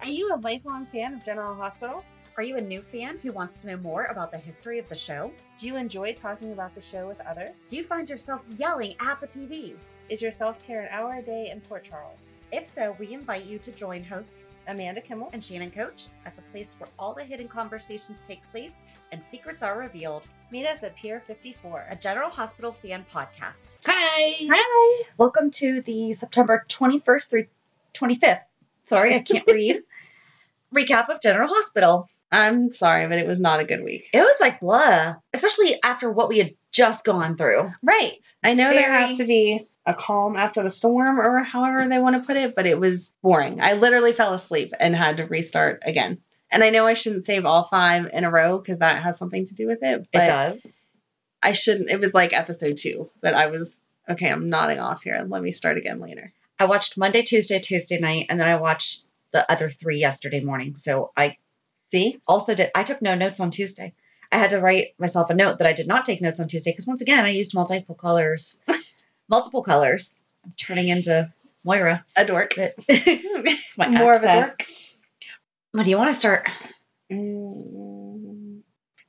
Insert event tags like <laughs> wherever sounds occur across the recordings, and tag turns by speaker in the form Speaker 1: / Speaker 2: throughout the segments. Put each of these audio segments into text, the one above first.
Speaker 1: Are you a lifelong fan of General Hospital?
Speaker 2: Are you a new fan who wants to know more about the history of the show?
Speaker 1: Do you enjoy talking about the show with others?
Speaker 2: Do you find yourself yelling at the TV?
Speaker 1: Is your self care an hour a day in Port Charles?
Speaker 2: If so, we invite you to join hosts
Speaker 1: Amanda Kimmel
Speaker 2: and Shannon Coach at the place where all the hidden conversations take place and secrets are revealed,
Speaker 1: meet us at Pier 54.
Speaker 2: a General Hospital fan podcast.
Speaker 1: Hi!
Speaker 2: Hi! Welcome to the September 21st through 25th. Sorry,
Speaker 1: <laughs>
Speaker 2: I can't read. Recap of General Hospital.
Speaker 1: I'm sorry, but it was not a good week.
Speaker 2: It was like blah, especially after what we had just gone through.
Speaker 1: Right. I know there
Speaker 2: Very-
Speaker 1: has to be a calm after the storm or however they want to put it, but it was boring. I literally fell asleep and had to restart again. And I know I shouldn't save all five in a row because that has something to do with it, but
Speaker 2: does.
Speaker 1: I shouldn't. It was like episode two that I was, okay, I'm nodding off here. Let me start again later.
Speaker 2: I watched Monday, Tuesday, Tuesday night, and then I watched the other three yesterday morning. So I
Speaker 1: See?
Speaker 2: also did, I took no notes on Tuesday. I had to write myself a note that I did not take notes on Tuesday because once again, I used
Speaker 1: <laughs>
Speaker 2: multiple colors. multiple colors. I'm turning into Moira.
Speaker 1: A dork. <laughs>
Speaker 2: But my
Speaker 1: More of a
Speaker 2: accent.
Speaker 1: dork.
Speaker 2: Well, do you want to start?
Speaker 1: Mm.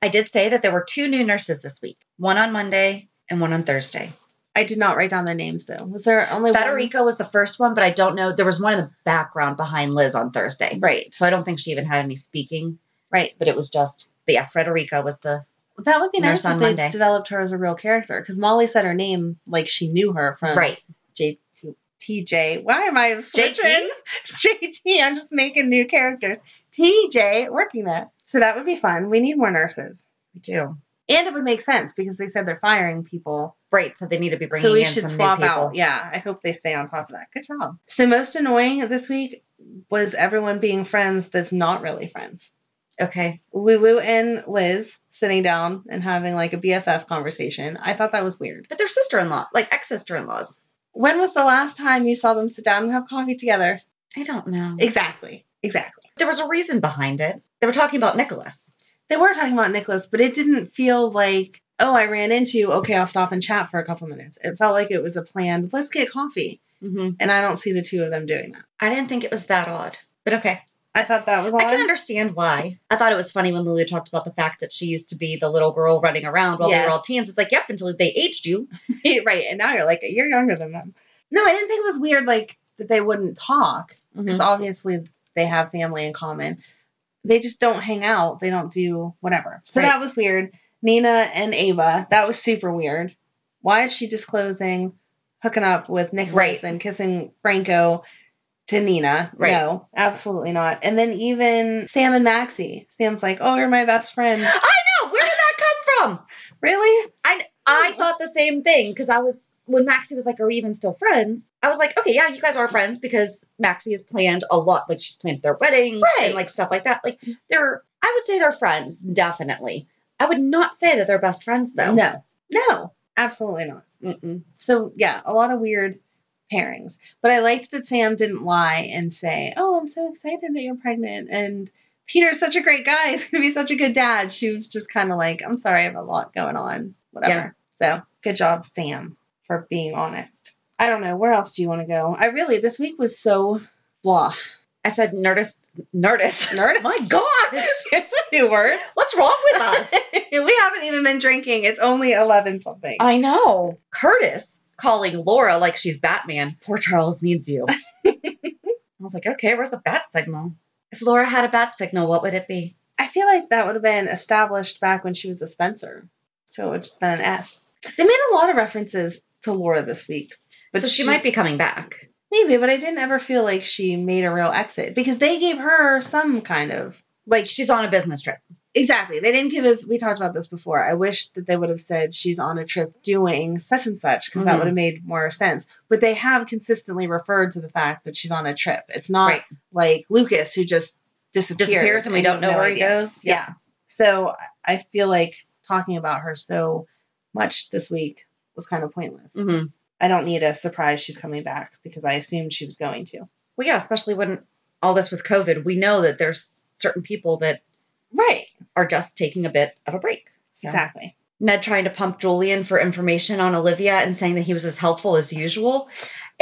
Speaker 2: I did say that there were two new nurses this week one on Monday and one on Thursday.
Speaker 1: I did not write down their names though. Was there only
Speaker 2: Federica was the first one, but I don't know. There was one in the background behind Liz on Thursday.
Speaker 1: one? Right.
Speaker 2: So I don't think she even had any speaking,
Speaker 1: Right.
Speaker 2: but it was just, but yeah, Frederica was the,
Speaker 1: That would be nice
Speaker 2: Nurse
Speaker 1: if
Speaker 2: on
Speaker 1: they
Speaker 2: Monday.
Speaker 1: developed her as a real character because Molly said her name like she knew her from
Speaker 2: right.
Speaker 1: J- T- TJ. Why am I switching? <laughs>
Speaker 2: JT?
Speaker 1: JT. I'm just making new characters. TJ working that. So that would be fun. We need more nurses,
Speaker 2: We do.
Speaker 1: and it would make sense because they said they're firing people,
Speaker 2: Right. So they need to be bringing
Speaker 1: so we
Speaker 2: in
Speaker 1: should
Speaker 2: some
Speaker 1: swap
Speaker 2: new people.
Speaker 1: out. Yeah, I hope they stay on top of that. Good job. So most annoying this week was everyone being friends that's not really friends.
Speaker 2: Okay.
Speaker 1: Lulu and Liz sitting down and having like a BFF conversation. I thought that was weird.
Speaker 2: But they're sister in law, like ex sister in laws.
Speaker 1: When was the last time you saw them sit down and have coffee together?
Speaker 2: I don't know.
Speaker 1: Exactly. Exactly.
Speaker 2: there was a reason behind it. They were talking about Nicholas.
Speaker 1: They were talking about Nicholas, but it didn't feel like, oh, I ran into you. Okay, I'll stop and chat for a couple minutes. It felt like it was a planned, let's get coffee.
Speaker 2: Mm-hmm.
Speaker 1: And I don't see the two of them doing that.
Speaker 2: I didn't think it was that odd, but okay.
Speaker 1: I thought that was
Speaker 2: I can
Speaker 1: odd.
Speaker 2: understand why. I thought it was funny when Lulu talked about the fact that she used to be the little girl running around while they
Speaker 1: Yes.
Speaker 2: were all teens. It's like, yep, until they aged you.
Speaker 1: <laughs> right. And now you're like, you're younger than them. No, I didn't think it was weird, like, that they wouldn't talk because
Speaker 2: Mm-hmm.
Speaker 1: obviously they have family in common. They just don't hang out. They don't do whatever. So
Speaker 2: Right.
Speaker 1: that was weird. Nina and Ava, that was super weird. Why is she disclosing hooking up with Nicholas
Speaker 2: Right.
Speaker 1: and kissing Franco to Nina?
Speaker 2: Right.
Speaker 1: No, absolutely not. And then even Sam and Maxie. Sam's like, "Oh, you're my best friend."
Speaker 2: I know. Where did that come from?
Speaker 1: really?
Speaker 2: I
Speaker 1: Oh.
Speaker 2: thought the same thing because I was when Maxie was like, "Are we even still friends?" I was like, "Okay, yeah, you guys are friends because Maxie has planned a lot. Like she's planned their wedding
Speaker 1: Right.
Speaker 2: and like stuff like that. Like they're, I would say they're friends definitely. I would not say that they're best friends though.
Speaker 1: No. No. Absolutely not. Mm-mm. So yeah, a lot of weird pairings. But I liked that Sam didn't lie and say, "Oh, I'm so excited that you're pregnant," and Peter's such a great guy. <laughs> He's gonna be such a good dad. She was just kind of like, "I'm sorry, I have a lot going on." Whatever. So good job, Sam, for being honest. I don't know where else do you want to go. I really this week was so blah.
Speaker 2: I said Nerdist. Nerdist.
Speaker 1: Nerdist.
Speaker 2: <laughs> My God.
Speaker 1: <laughs> It's a new word.
Speaker 2: What's wrong with us?
Speaker 1: <laughs> we haven't even been drinking. It's only eleven something.
Speaker 2: I know. Curtis calling Laura like she's Batman. Poor Charles needs <laughs> you. I was like, okay, where's the bat signal? If Laura had a bat signal, what would it be?
Speaker 1: I feel like that would have been established back when she was a Spencer. So it would just been an S. They made a lot of references to Laura this week.
Speaker 2: But so she
Speaker 1: she's-
Speaker 2: might be coming back.
Speaker 1: Maybe, but I didn't ever feel like she made a real exit because they gave her some kind of like
Speaker 2: She's on a business trip.
Speaker 1: exactly. They didn't give us. We talked about this before. I wish that they would have said she's on a trip doing such and such because that
Speaker 2: Mhm.
Speaker 1: would have made more sense. But they have consistently referred to the fact that she's on a trip. It's not
Speaker 2: Right.
Speaker 1: like Lucas who just disappears,
Speaker 2: Disappears and we
Speaker 1: you
Speaker 2: don't
Speaker 1: have
Speaker 2: know
Speaker 1: no
Speaker 2: where
Speaker 1: idea.
Speaker 2: he goes.
Speaker 1: Yeah. So I I feel like talking about her so much this week was kind of pointless.
Speaker 2: Mhm.
Speaker 1: I don't need a surprise she's coming back because I assumed she was going to.
Speaker 2: Well, yeah, especially when all this with COVID, we know that there's certain people that
Speaker 1: Right.
Speaker 2: are just taking a bit of a break. So.
Speaker 1: Exactly.
Speaker 2: Ned trying to pump Julian for information on Olivia and saying that he was as helpful as usual.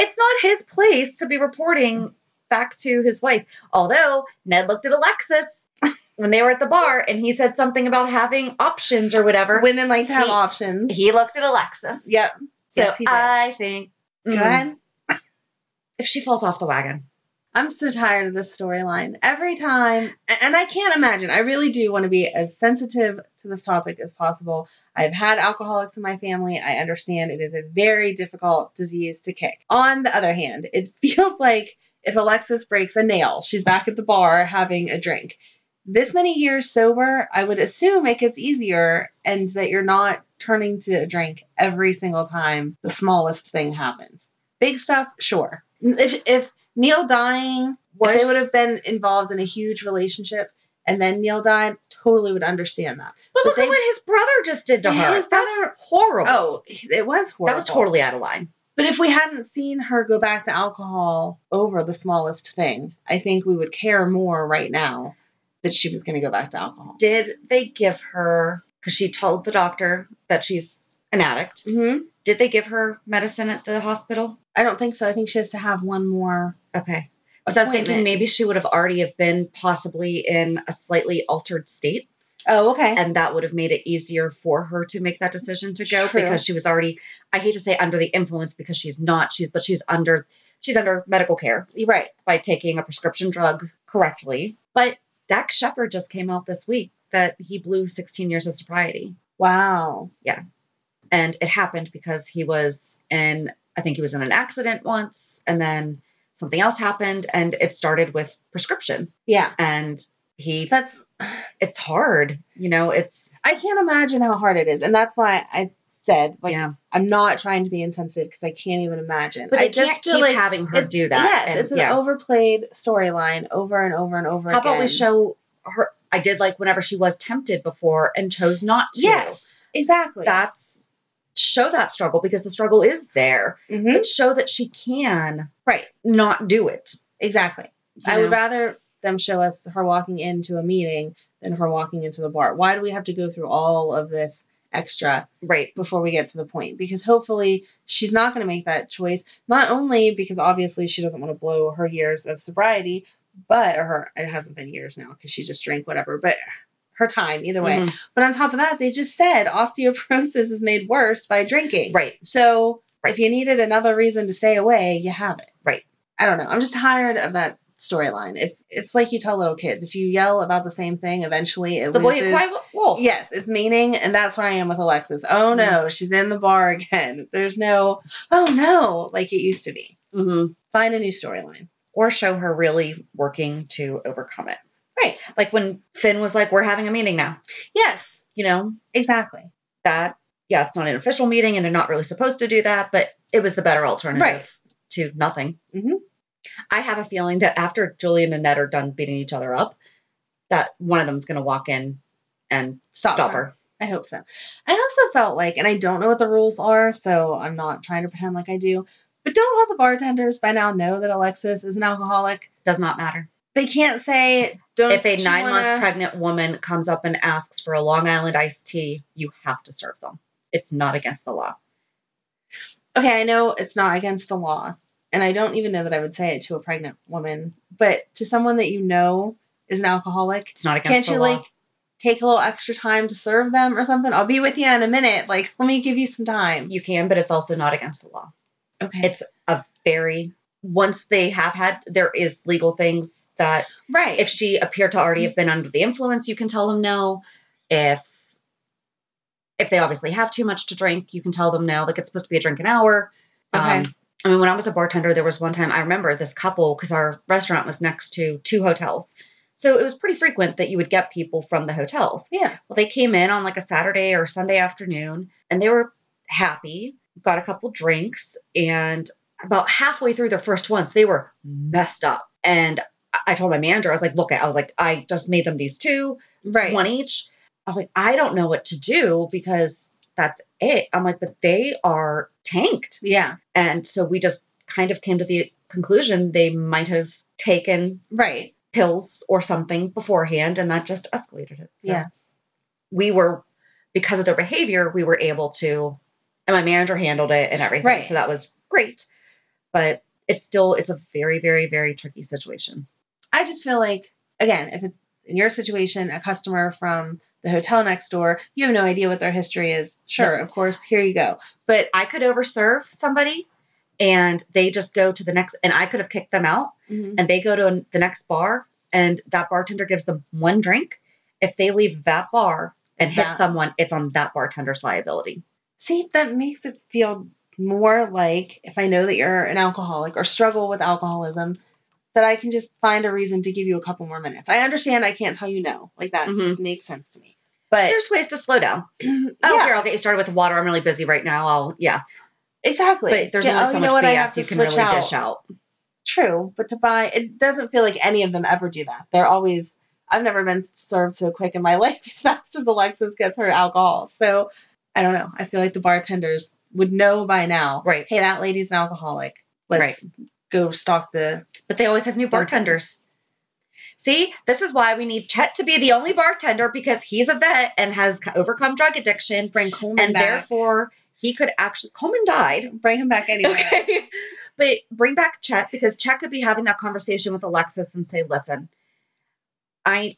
Speaker 2: It's not his place to be reporting back to his wife. Although Ned looked at Alexis when they were at the bar and he said something about having options or whatever.
Speaker 1: Women like to have
Speaker 2: He-
Speaker 1: options.
Speaker 2: he looked at Alexis.
Speaker 1: yep.
Speaker 2: So
Speaker 1: yes, he did.
Speaker 2: I think
Speaker 1: Go
Speaker 2: mm,
Speaker 1: ahead.
Speaker 2: if she falls off the wagon.
Speaker 1: I'm so tired of this storyline. Every time, a- and I can't imagine, I really do want to be as sensitive to this topic as possible. I've had alcoholics in my family. I understand it is a very difficult disease to kick. On the other hand, it <laughs> feels like if Alexis breaks a nail, she's back at the bar having a drink. This many years sober, I would assume it gets easier and that you're not turning to a drink every single time the smallest thing happens. Big stuff, sure. If, if Neil dying, if they would have been involved in a huge relationship and then Neil died, totally would understand that.
Speaker 2: But,
Speaker 1: But
Speaker 2: look
Speaker 1: they-
Speaker 2: at what his brother just did to
Speaker 1: Yeah,
Speaker 2: her.
Speaker 1: his brother-
Speaker 2: That's horrible.
Speaker 1: Oh, it was horrible.
Speaker 2: That was totally out of line.
Speaker 1: But if we hadn't seen her go back to alcohol over the smallest thing, I think we would care more right now that she was going to go back to alcohol.
Speaker 2: Did they give her because she told the doctor that she's an addict?
Speaker 1: hmm
Speaker 2: Did they give her medicine at the hospital?
Speaker 1: I don't think so. I think she has to have one more.
Speaker 2: Okay. Because I was thinking
Speaker 1: Appointment.
Speaker 2: maybe she would have already have been possibly in a slightly altered state,
Speaker 1: Oh, okay.
Speaker 2: and that would have made it easier for her to make that decision to go
Speaker 1: True.
Speaker 2: because she was already. I hate to say under the influence because she's not. She's but she's under. She's under medical care
Speaker 1: You're right.
Speaker 2: by taking a prescription drug correctly. But Dak Shepard just came out this week that he blew 16 years of sobriety,
Speaker 1: Wow.
Speaker 2: and it happened because he was in. I think he was in an accident once, and then something else happened, and it started with prescription.
Speaker 1: Yeah.
Speaker 2: and he
Speaker 1: That's,
Speaker 2: it's hard you know it's
Speaker 1: I can't imagine how hard it is. And that's why I said, like,
Speaker 2: yeah
Speaker 1: I'm not trying to be insensitive because I can't even imagine.
Speaker 2: but
Speaker 1: I
Speaker 2: they just
Speaker 1: just
Speaker 2: keep
Speaker 1: feel like
Speaker 2: having her
Speaker 1: it's-
Speaker 2: do that
Speaker 1: Yes,
Speaker 2: and,
Speaker 1: it's an
Speaker 2: yeah.
Speaker 1: overplayed storyline over and over and over
Speaker 2: how
Speaker 1: again.
Speaker 2: about we show her i did like whenever she was tempted before and chose not to
Speaker 1: Yes, exactly.
Speaker 2: that's show that struggle because the struggle is there
Speaker 1: Mhm.
Speaker 2: but show that she can
Speaker 1: Right,
Speaker 2: not do it
Speaker 1: exactly.
Speaker 2: you
Speaker 1: I would
Speaker 2: know?
Speaker 1: rather them show us her walking into a meeting than her walking into the bar. Why do we have to go through all of this extra
Speaker 2: right
Speaker 1: before we get to the point? Because hopefully she's not going to make that choice. Not only because obviously she doesn't want to blow her years of sobriety, but or her it hasn't been years now because she just drank whatever, but her time either way.
Speaker 2: Mhm.
Speaker 1: But on top of that, they just said osteoporosis is made worse by drinking.
Speaker 2: right
Speaker 1: So if
Speaker 2: Right.
Speaker 1: you needed another reason to stay away, you have it.
Speaker 2: Right.
Speaker 1: I don't know. I'm just tired of that storyline. If it's like you tell little kids, if you yell about the same thing, eventually it
Speaker 2: the boy
Speaker 1: loses.
Speaker 2: who cried wolf Mm-hmm.
Speaker 1: Yes, it's meaning, and that's where I am with Alexis. Oh no, she's in the bar again. <laughs> There's no, oh no, like it used to be.
Speaker 2: hmm
Speaker 1: Find a new storyline.
Speaker 2: or show her really working to overcome it
Speaker 1: Right.
Speaker 2: like when finn was like we're having a meeting now
Speaker 1: Yes,
Speaker 2: you know
Speaker 1: exactly.
Speaker 2: that yeah it's not an official meeting and they're not really supposed to do that but it was the better alternative
Speaker 1: Right.
Speaker 2: to nothing
Speaker 1: Mhm.
Speaker 2: i have a feeling that after julian and ned are done beating each other up that one of them's going to walk in and
Speaker 1: Stop,
Speaker 2: stop her
Speaker 1: I hope so. I also felt like, and I don't know what the rules are, so I'm not trying to pretend like I do, but don't all the bartenders by now know that Alexis is an alcoholic?
Speaker 2: Does not matter.
Speaker 1: They can't say, don't
Speaker 2: If a
Speaker 1: Um, you
Speaker 2: nine month
Speaker 1: wanna-"
Speaker 2: pregnant woman comes up and asks for a Long Island iced tea, you have to serve them. It's not against the law.
Speaker 1: Okay, I know it's not against the law, and I don't even know that I would say it to a pregnant woman, but to someone that you know is an alcoholic,
Speaker 2: It's not against
Speaker 1: can't
Speaker 2: the
Speaker 1: you
Speaker 2: law.
Speaker 1: like take a little extra time to serve them or something? I'll be with you in a minute. Like, let me give you some time.
Speaker 2: you can, but it's also not against the law.
Speaker 1: Okay.
Speaker 2: It's a very once they have had there is legal things that
Speaker 1: right.
Speaker 2: if she appeared to
Speaker 1: Mm-hmm.
Speaker 2: already have been under the influence, you can tell them no. If if they obviously have too much to drink, you can tell them no. Like it's supposed to be a drink an hour.
Speaker 1: Okay.
Speaker 2: Um, I mean, when I was a bartender, there was one time I remember this couple because our restaurant was next to two hotels. So it was pretty frequent that you would get people from the hotels.
Speaker 1: yeah.
Speaker 2: Well, they came in on like a Saturday or Sunday afternoon and they were happy, got a couple drinks, and about halfway through their first ones, they were messed up. And I- I told my manager, I was like, look, I was like, I just made them these two,
Speaker 1: Right.
Speaker 2: one each. I was like, I don't know what to do because that's it. I'm like, but they are tanked.
Speaker 1: Yeah.
Speaker 2: And so we just kind of came to the conclusion they might have taken
Speaker 1: Right.
Speaker 2: pills or something beforehand, and that just escalated it. So
Speaker 1: Yeah.
Speaker 2: we were because of their behavior, we were able to, and my manager handled it and everything.
Speaker 1: Right.
Speaker 2: So that was great, but it's still it's a very very very tricky situation.
Speaker 1: I just feel like, again, if it's in your situation, a customer from the hotel next door, you have no idea what their history is. Sure, of course, here you go. But
Speaker 2: I could overserve somebody, and they just go to the next, and I could have kicked them out, and they go to the next bar, and that bartender gives them one drink. If they leave that bar and hit
Speaker 1: That-
Speaker 2: someone, it's on that bartender's liability.
Speaker 1: see, that makes it feel more like if I know that you're an alcoholic or struggle with alcoholism, that I can just find a reason to give you a couple more minutes. I understand I can't tell you no. Like that
Speaker 2: Mhm.
Speaker 1: makes sense to me. But
Speaker 2: There's ways to slow down. Oh,
Speaker 1: yeah,
Speaker 2: here, I'll get you started with water. I'm really busy right now. I'll, yeah.
Speaker 1: exactly.
Speaker 2: But there's
Speaker 1: Yeah,
Speaker 2: only
Speaker 1: oh,
Speaker 2: so
Speaker 1: you know
Speaker 2: much
Speaker 1: what? I have
Speaker 2: BS
Speaker 1: to
Speaker 2: you can
Speaker 1: switch
Speaker 2: really dish out.
Speaker 1: True, but to buy it doesn't feel like any of them ever do that. They're always I've never been served so quick in my <laughs> life as fast as Alexis gets her alcohol. So I don't know. I feel like the bartenders would know by now.
Speaker 2: Right.
Speaker 1: Hey, that lady's an alcoholic. Let's go stalk the
Speaker 2: But they always have new bartenders. See, this is why we need Chet to be the only bartender because he's a vet and has c- overcome drug addiction.
Speaker 1: bring Coleman
Speaker 2: And
Speaker 1: back.
Speaker 2: therefore, he could actually, Coleman died.
Speaker 1: bring him back anyway.
Speaker 2: <laughs> Okay. But bring back Chet because Chet could be having that conversation with Alexis and say, listen, I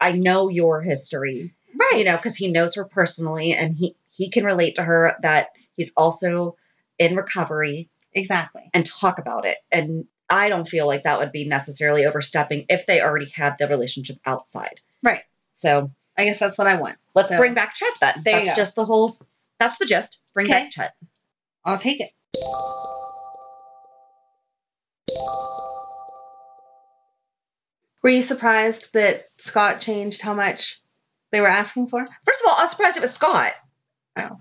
Speaker 2: I know your history.
Speaker 1: <laughs> Right.
Speaker 2: you know because he knows her personally and he he can relate to her that he's also in recovery
Speaker 1: exactly.
Speaker 2: and talk about it and i don't feel like that would be necessarily overstepping if they already had the relationship outside
Speaker 1: Right.
Speaker 2: so
Speaker 1: I guess that's what I want.
Speaker 2: let's
Speaker 1: So-
Speaker 2: bring back chet then
Speaker 1: There you
Speaker 2: that's
Speaker 1: go.
Speaker 2: just the whole that's the gist bring
Speaker 1: Okay.
Speaker 2: back chet
Speaker 1: I'll take it. Were you surprised that Scott changed how much they were asking for?
Speaker 2: first of all i was surprised it was scott
Speaker 1: Oh,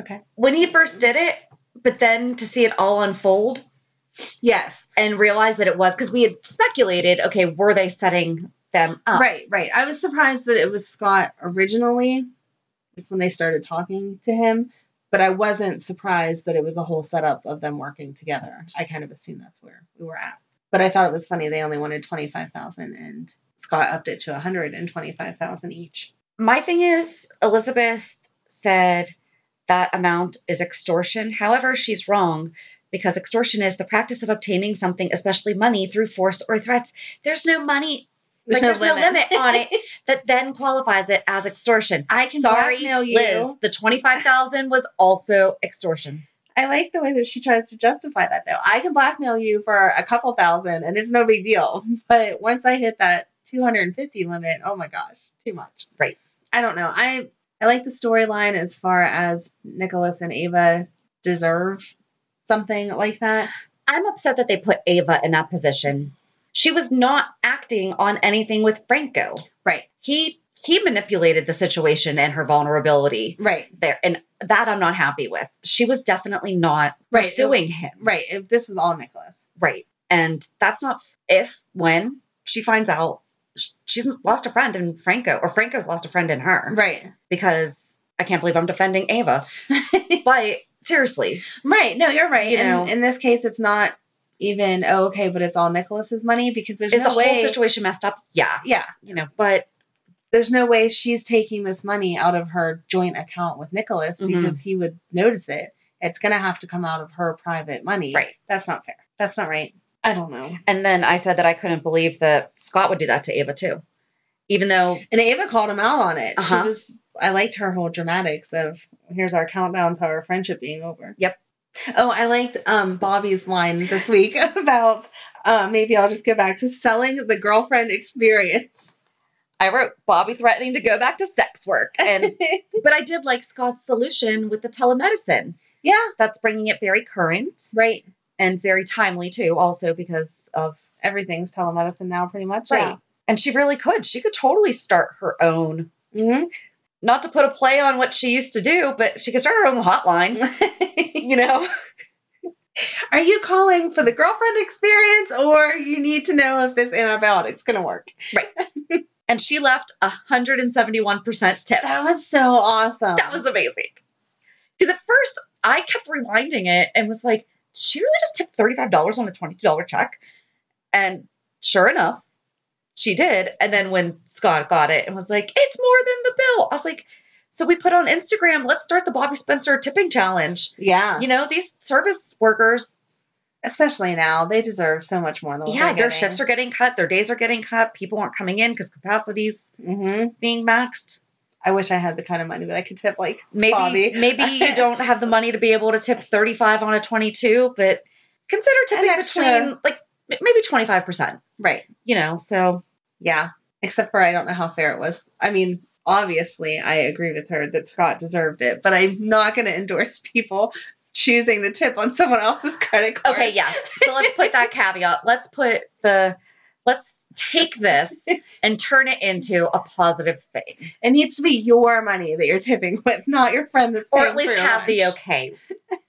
Speaker 1: okay.
Speaker 2: when he first did it but then to see it all unfold
Speaker 1: Yes,
Speaker 2: and realize that it was because we had speculated okay were they setting them up
Speaker 1: right, right. I was surprised that it was Scott originally like when they started talking to him, but I wasn't surprised that it was a whole setup of them working together. I kind of assumed that's where we were at. But I thought it was funny they only wanted 25,000 and Scott upped it to 125,000 each.
Speaker 2: my thing is elizabeth said that amount is extortion however she's wrong because extortion is the practice of obtaining something especially money through force or threats there's no money like, there's no limit on it
Speaker 1: <laughs>
Speaker 2: that then qualifies it as extortion
Speaker 1: I can
Speaker 2: sorry
Speaker 1: blackmail you.
Speaker 2: liz the 25000 was also extortion
Speaker 1: I like the way that she tries to justify that though. I can blackmail you for a couple thousand and it's no big deal. <laughs> But once I hit that 250 limit, oh my gosh, too much.
Speaker 2: Right.
Speaker 1: I don't know. I I like the storyline as far as Nicholas and Ava deserve something like that.
Speaker 2: i'm upset that they put ava in that position she was not acting on anything with franco
Speaker 1: Right.
Speaker 2: he he manipulated the situation and her vulnerability
Speaker 1: Right.
Speaker 2: there and that i'm not happy with she was definitely not
Speaker 1: Right.
Speaker 2: pursuing him
Speaker 1: Right. If this was all Nicholas.
Speaker 2: right and that's not if when she finds out sh- she's lost a friend in franco or franco's lost a friend in her
Speaker 1: Right.
Speaker 2: because I can't believe I'm defending Ava. <laughs> but seriously,
Speaker 1: Right. No, you're right.
Speaker 2: You
Speaker 1: and
Speaker 2: know.
Speaker 1: in this case, it's not even oh, okay, but it's all Nicholas's money because there's
Speaker 2: is
Speaker 1: no
Speaker 2: the
Speaker 1: way.
Speaker 2: whole situation messed up? Yeah,
Speaker 1: yeah,
Speaker 2: you know, but
Speaker 1: there's no way she's taking this money out of her joint account with Nicholas
Speaker 2: Mhm.
Speaker 1: because he would notice it. It's gonna have to come out of her private money.
Speaker 2: right.
Speaker 1: That's not fair. That's not right. I don't know.
Speaker 2: And then I said that I couldn't believe that Scott would do that to Ava too, even though
Speaker 1: And Ava called him out on it.
Speaker 2: Uh-huh.
Speaker 1: She was. I liked her whole dramatics of here's our countdown to our friendship being over.
Speaker 2: Yep.
Speaker 1: Oh, I liked um, Bobby's line this week <laughs> about uh, maybe I'll just go back to selling the girlfriend experience. <laughs>
Speaker 2: I wrote Bobby threatening to go back to sex work. <laughs> And but I did like Scott's solution with the telemedicine.
Speaker 1: yeah,
Speaker 2: That's bringing it very current
Speaker 1: right.
Speaker 2: and very timely too, also because of
Speaker 1: Everything's telemedicine now, pretty much.
Speaker 2: Right. And she really could. She could totally start her own.
Speaker 1: Yeah. Mm-hmm.
Speaker 2: Not to put a play on what she used to do, but she could start her own <laughs>
Speaker 1: <laughs>
Speaker 2: hotline,
Speaker 1: Mhm.
Speaker 2: you know?
Speaker 1: Are you calling for the girlfriend experience, or you need to know if this antibiotic's going to work?
Speaker 2: And she left 171% tip.
Speaker 1: That was so awesome.
Speaker 2: That was amazing. Because at first I kept rewinding it and was like, "Did she really just tipped $35 on a $22 check. And sure enough, she did. And then when Scott got it and was like, it's more than the bill, I was like, so we put on Instagram, let's start the Bobby Spencer tipping challenge.
Speaker 1: yeah.
Speaker 2: You know, these service workers,
Speaker 1: Especially now, they deserve so much more than what
Speaker 2: yeah, their shifts are getting cut, their days are getting cut, people aren't coming in because capacity's
Speaker 1: hmm
Speaker 2: being maxed.
Speaker 1: I wish I had the kind of money that I could tip like
Speaker 2: maybe
Speaker 1: Bobby.
Speaker 2: maybe you don't have the money to be able to tip 35 on a 22 but consider tipping
Speaker 1: An extra-
Speaker 2: between like m- maybe 25%
Speaker 1: right.
Speaker 2: you know so
Speaker 1: Yeah. Except for I don't know how fair it was. I mean, obviously, I agree with her that Scott deserved it, but I'm not going to endorse people choosing the tip on someone else's credit card.
Speaker 2: okay yes so let's put that caveat let's put the let's take this and turn it into a positive thing
Speaker 1: It needs to be your money that you're tipping <laughs> with, not your friend that's
Speaker 2: or
Speaker 1: paying
Speaker 2: at least
Speaker 1: for your
Speaker 2: have the
Speaker 1: lunch.
Speaker 2: okay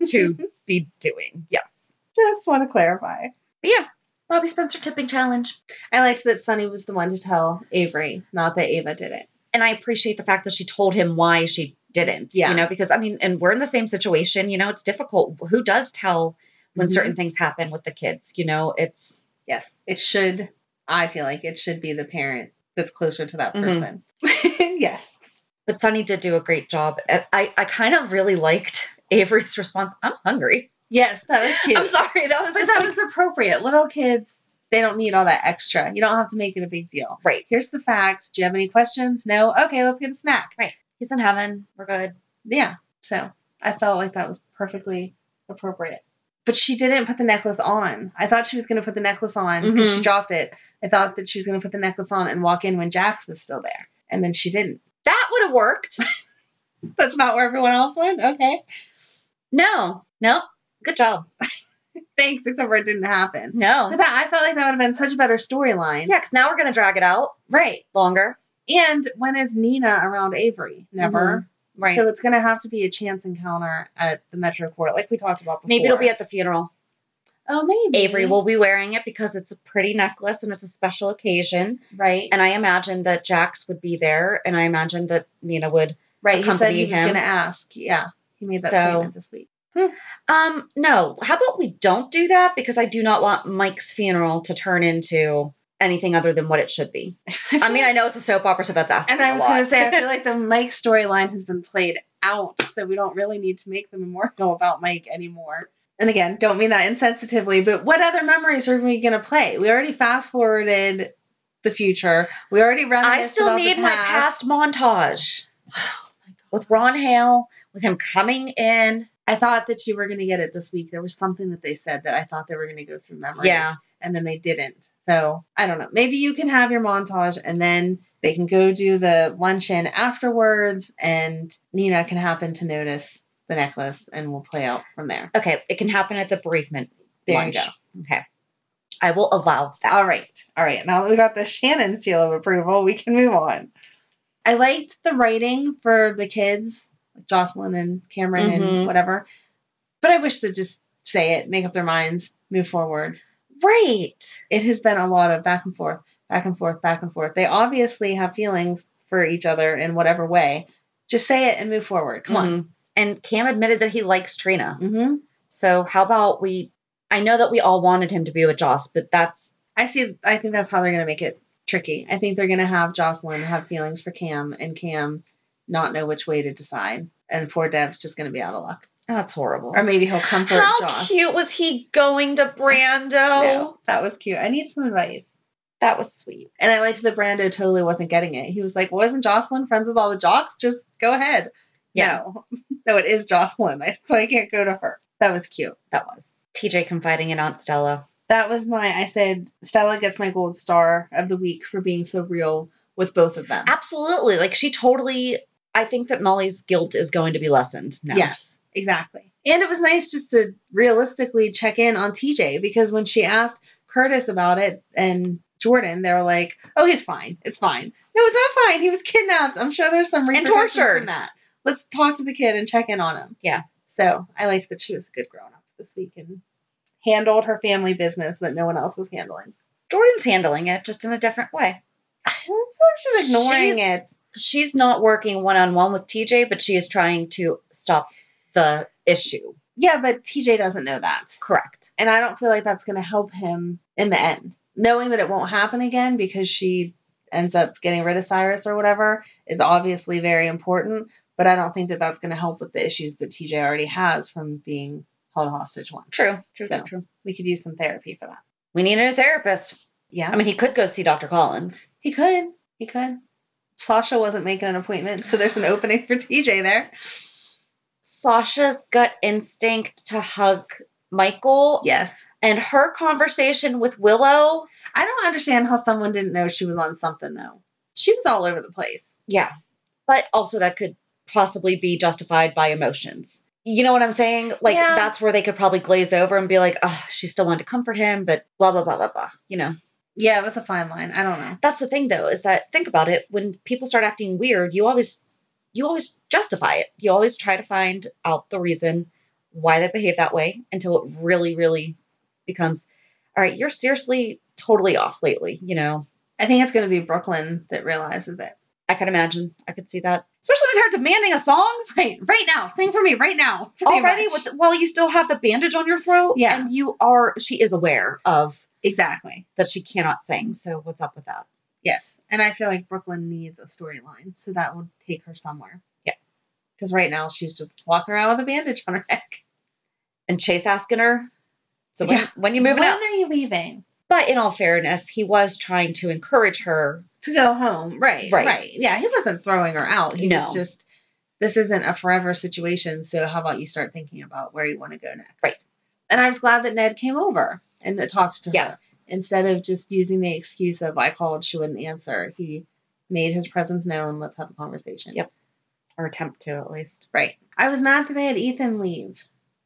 Speaker 2: to be doing yes
Speaker 1: Just want to clarify.
Speaker 2: but yeah bobby spencer tipping challenge
Speaker 1: I liked that Sunny was the one to tell Avery, not that Ava did it.
Speaker 2: and i appreciate the fact that she told him why she didn't
Speaker 1: Yeah.
Speaker 2: you know because i mean and we're in the same situation you know it's difficult who does tell when
Speaker 1: Mhm.
Speaker 2: certain things happen with the kids. You know, it's
Speaker 1: Yes, it should. I feel like it should be the parent that's closer to that
Speaker 2: Mhm.
Speaker 1: person. Mm-hmm. <laughs> yes.
Speaker 2: but Sunny did do a great job. And I I kind of really liked <laughs> Avery's response. I'm hungry.
Speaker 1: Yes, that was cute.
Speaker 2: I'm sorry. That was
Speaker 1: But
Speaker 2: just
Speaker 1: that
Speaker 2: like-
Speaker 1: was appropriate. Little kids, they don't need all that extra. You don't have to make it a big deal.
Speaker 2: right.
Speaker 1: Here's the facts. Do you have any questions? No? Okay, let's get a snack.
Speaker 2: He's in heaven. We're good.
Speaker 1: Yeah. So I felt like that was perfectly appropriate. But she didn't put the necklace on. I thought she was going to put the necklace on because she
Speaker 2: Mhm.
Speaker 1: dropped it. I thought that she was going to put the necklace on and walk in when Jax was still there. And then she didn't.
Speaker 2: That would have worked.
Speaker 1: That's not where everyone else went? Okay.
Speaker 2: No, no. Good job.
Speaker 1: Thanks, except for it didn't happen.
Speaker 2: No.
Speaker 1: But that, I felt like that would have been such a better storyline.
Speaker 2: Yeah, because now we're gonna drag it out
Speaker 1: Right.
Speaker 2: longer.
Speaker 1: And when is Nina around Avery? Never.
Speaker 2: Mm-hmm. Right.
Speaker 1: So it's going to have to be a chance encounter at the Metro Court, like we talked about before.
Speaker 2: Maybe it'll be at the funeral.
Speaker 1: oh maybe
Speaker 2: Avery will be wearing it because it's a pretty necklace and it's a special occasion.
Speaker 1: right
Speaker 2: And I imagine that Jax would be there, and I imagine that Nina would
Speaker 1: right. He said
Speaker 2: accompany
Speaker 1: he was
Speaker 2: him.
Speaker 1: going to ask. Yeah, he made that
Speaker 2: So-
Speaker 1: statement this week. <laughs>
Speaker 2: Um, no. How about we don't do that because I do not want Mike's funeral to turn into anything other than what it should be. I mean, I know it's a soap opera, so that's asking
Speaker 1: And I
Speaker 2: a
Speaker 1: was
Speaker 2: lot.
Speaker 1: going to
Speaker 2: <laughs>
Speaker 1: say, I feel like the Mike storyline has been played out, so we don't really need to make the memorial about Mike anymore. And again, don't mean that insensitively, but what other memories are we going to play? We already fast forwarded the future. We already
Speaker 2: I
Speaker 1: reminisced
Speaker 2: still
Speaker 1: about the
Speaker 2: need my past montage <sighs> with Ron Hale, with him coming in.
Speaker 1: I thought that you were going to get it this week. There was something that they said that I thought they were going to go through memories.
Speaker 2: Yeah.
Speaker 1: And then they didn't. So I don't know. Maybe you can have your montage and then they can go do the luncheon afterwards and Nina can happen to notice the necklace and we'll play out from there.
Speaker 2: Okay, it can happen at the bereavement.
Speaker 1: There
Speaker 2: lunch.
Speaker 1: you go.
Speaker 2: Okay, I will allow that.
Speaker 1: All right. All right. Now that we got the Shannon seal of approval, we can move on. I liked the writing for the kids, like Jocelyn and Cameron
Speaker 2: Mhm.
Speaker 1: and whatever. But I wish they'd just say it, make up their minds, move forward.
Speaker 2: Right.
Speaker 1: it has been a lot of back and forth, back and forth, back and forth. They obviously have feelings for each other in whatever way, Just say it and move forward. Come
Speaker 2: Mm-hmm. And Cam admitted that he likes Trina.
Speaker 1: on. hmm
Speaker 2: So how about we? I know that we all wanted him to be with Joss, but that's
Speaker 1: I see. I think that's how they're going to make it tricky. I think they're going to have Jocelyn have feelings for Cam and Cam not know which way to decide. And poor Dev's just going to be out of luck.
Speaker 2: that's horrible.
Speaker 1: Or maybe he'll comfort
Speaker 2: how
Speaker 1: Joss.
Speaker 2: cute was he going to Brando?
Speaker 1: No, that was cute. I need some advice.
Speaker 2: That was sweet.
Speaker 1: And I liked that Brando totally wasn't getting it. He was like, Wasn't Jocelyn friends with all the jocks? Just go ahead.
Speaker 2: Yeah.
Speaker 1: No. <laughs> No, it is Jocelyn. <laughs> I- So I can't go to her. That was cute.
Speaker 2: That was TJ confiding in Aunt Stella.
Speaker 1: That was my, I said, Stella gets my gold star of the week for being so real with both of them.
Speaker 2: Absolutely, like she totally. I think that Molly's guilt is going to be lessened now.
Speaker 1: Yes, exactly. And it was nice just to realistically check in on TJ because when she asked Curtis about it and Jordan, they were like, "Oh, he's fine. It's fine." No, it's not fine. He was kidnapped. I'm sure there's some repercussions
Speaker 2: tortured.
Speaker 1: from that. Let's talk to the kid and check in on him.
Speaker 2: Yeah.
Speaker 1: So I like that she was a good grown up this week and handled her family business that no one else was handling.
Speaker 2: Jordan's handling it just in a different way.
Speaker 1: She's ignoring
Speaker 2: She's-
Speaker 1: it.
Speaker 2: She's not working one on one with TJ, but she is trying to stop the issue.
Speaker 1: Yeah, but TJ doesn't know that.
Speaker 2: Correct.
Speaker 1: And I don't feel like that's going to help him in the end. Knowing that it won't happen again because she ends up getting rid of Cyrus or whatever is obviously very important. But I don't think that that's going to help with the issues that TJ already has from being held hostage once.
Speaker 2: True. True.
Speaker 1: So.
Speaker 2: True. True.
Speaker 1: We could use some therapy for that.
Speaker 2: We need a therapist.
Speaker 1: Yeah.
Speaker 2: I mean, he could go see Dr. Collins.
Speaker 1: he could. He could. Sasha wasn't making an appointment, so <laughs> there's an opening for TJ there.
Speaker 2: Sasha's gut instinct to hug Michael
Speaker 1: Yes.
Speaker 2: and her conversation with Willow.
Speaker 1: I don't understand how someone didn't know she was on something, though. She was all over the place.
Speaker 2: Yeah. But also, that could possibly be justified by emotions. You know what I'm saying? Like,
Speaker 1: Yeah.
Speaker 2: that's where they could probably glaze over and be like, oh, she still wanted to comfort him, but blah, blah, blah, blah, blah. You know?
Speaker 1: Yeah, it was a fine line. I don't know.
Speaker 2: that's the thing though is that think about it when people start acting weird you always you always justify it you always try to find out the reason why they behave that way until it really really becomes all right you're seriously totally off lately you know
Speaker 1: I think it's going to be Brooklyn that realizes it.
Speaker 2: i could imagine i could see that especially with her demanding a song <laughs>
Speaker 1: Right, right now. Sing for me right now. <laughs> Pretty
Speaker 2: already
Speaker 1: much.
Speaker 2: with while you still have the bandage on your throat
Speaker 1: Yeah.
Speaker 2: and you are she is aware of
Speaker 1: exactly.
Speaker 2: that she cannot sing so what's up with that
Speaker 1: Yes, and I feel like Brooklyn needs a storyline, so that would take her somewhere.
Speaker 2: Yeah.
Speaker 1: because right now she's just walking around with a bandage on her <laughs> neck.
Speaker 2: and chase asking her so when,
Speaker 1: Yeah.
Speaker 2: when you moving
Speaker 1: when
Speaker 2: out
Speaker 1: are you leaving
Speaker 2: But in all fairness, he was trying to encourage her.
Speaker 1: to go home? Right,
Speaker 2: Right.
Speaker 1: right, Yeah, he wasn't throwing her out. He
Speaker 2: No.
Speaker 1: was just, this isn't a forever situation. So how about you start thinking about where you want to go next?
Speaker 2: Right.
Speaker 1: And I was glad that Ned came over and talked
Speaker 2: Uh-huh.
Speaker 1: to her.
Speaker 2: Yes.
Speaker 1: instead of just using the excuse of I called, she wouldn't answer, he made his presence known. Let's have a conversation.
Speaker 2: Yep. Or attempt to, at least.
Speaker 1: Right. I was mad that they had Ethan leave.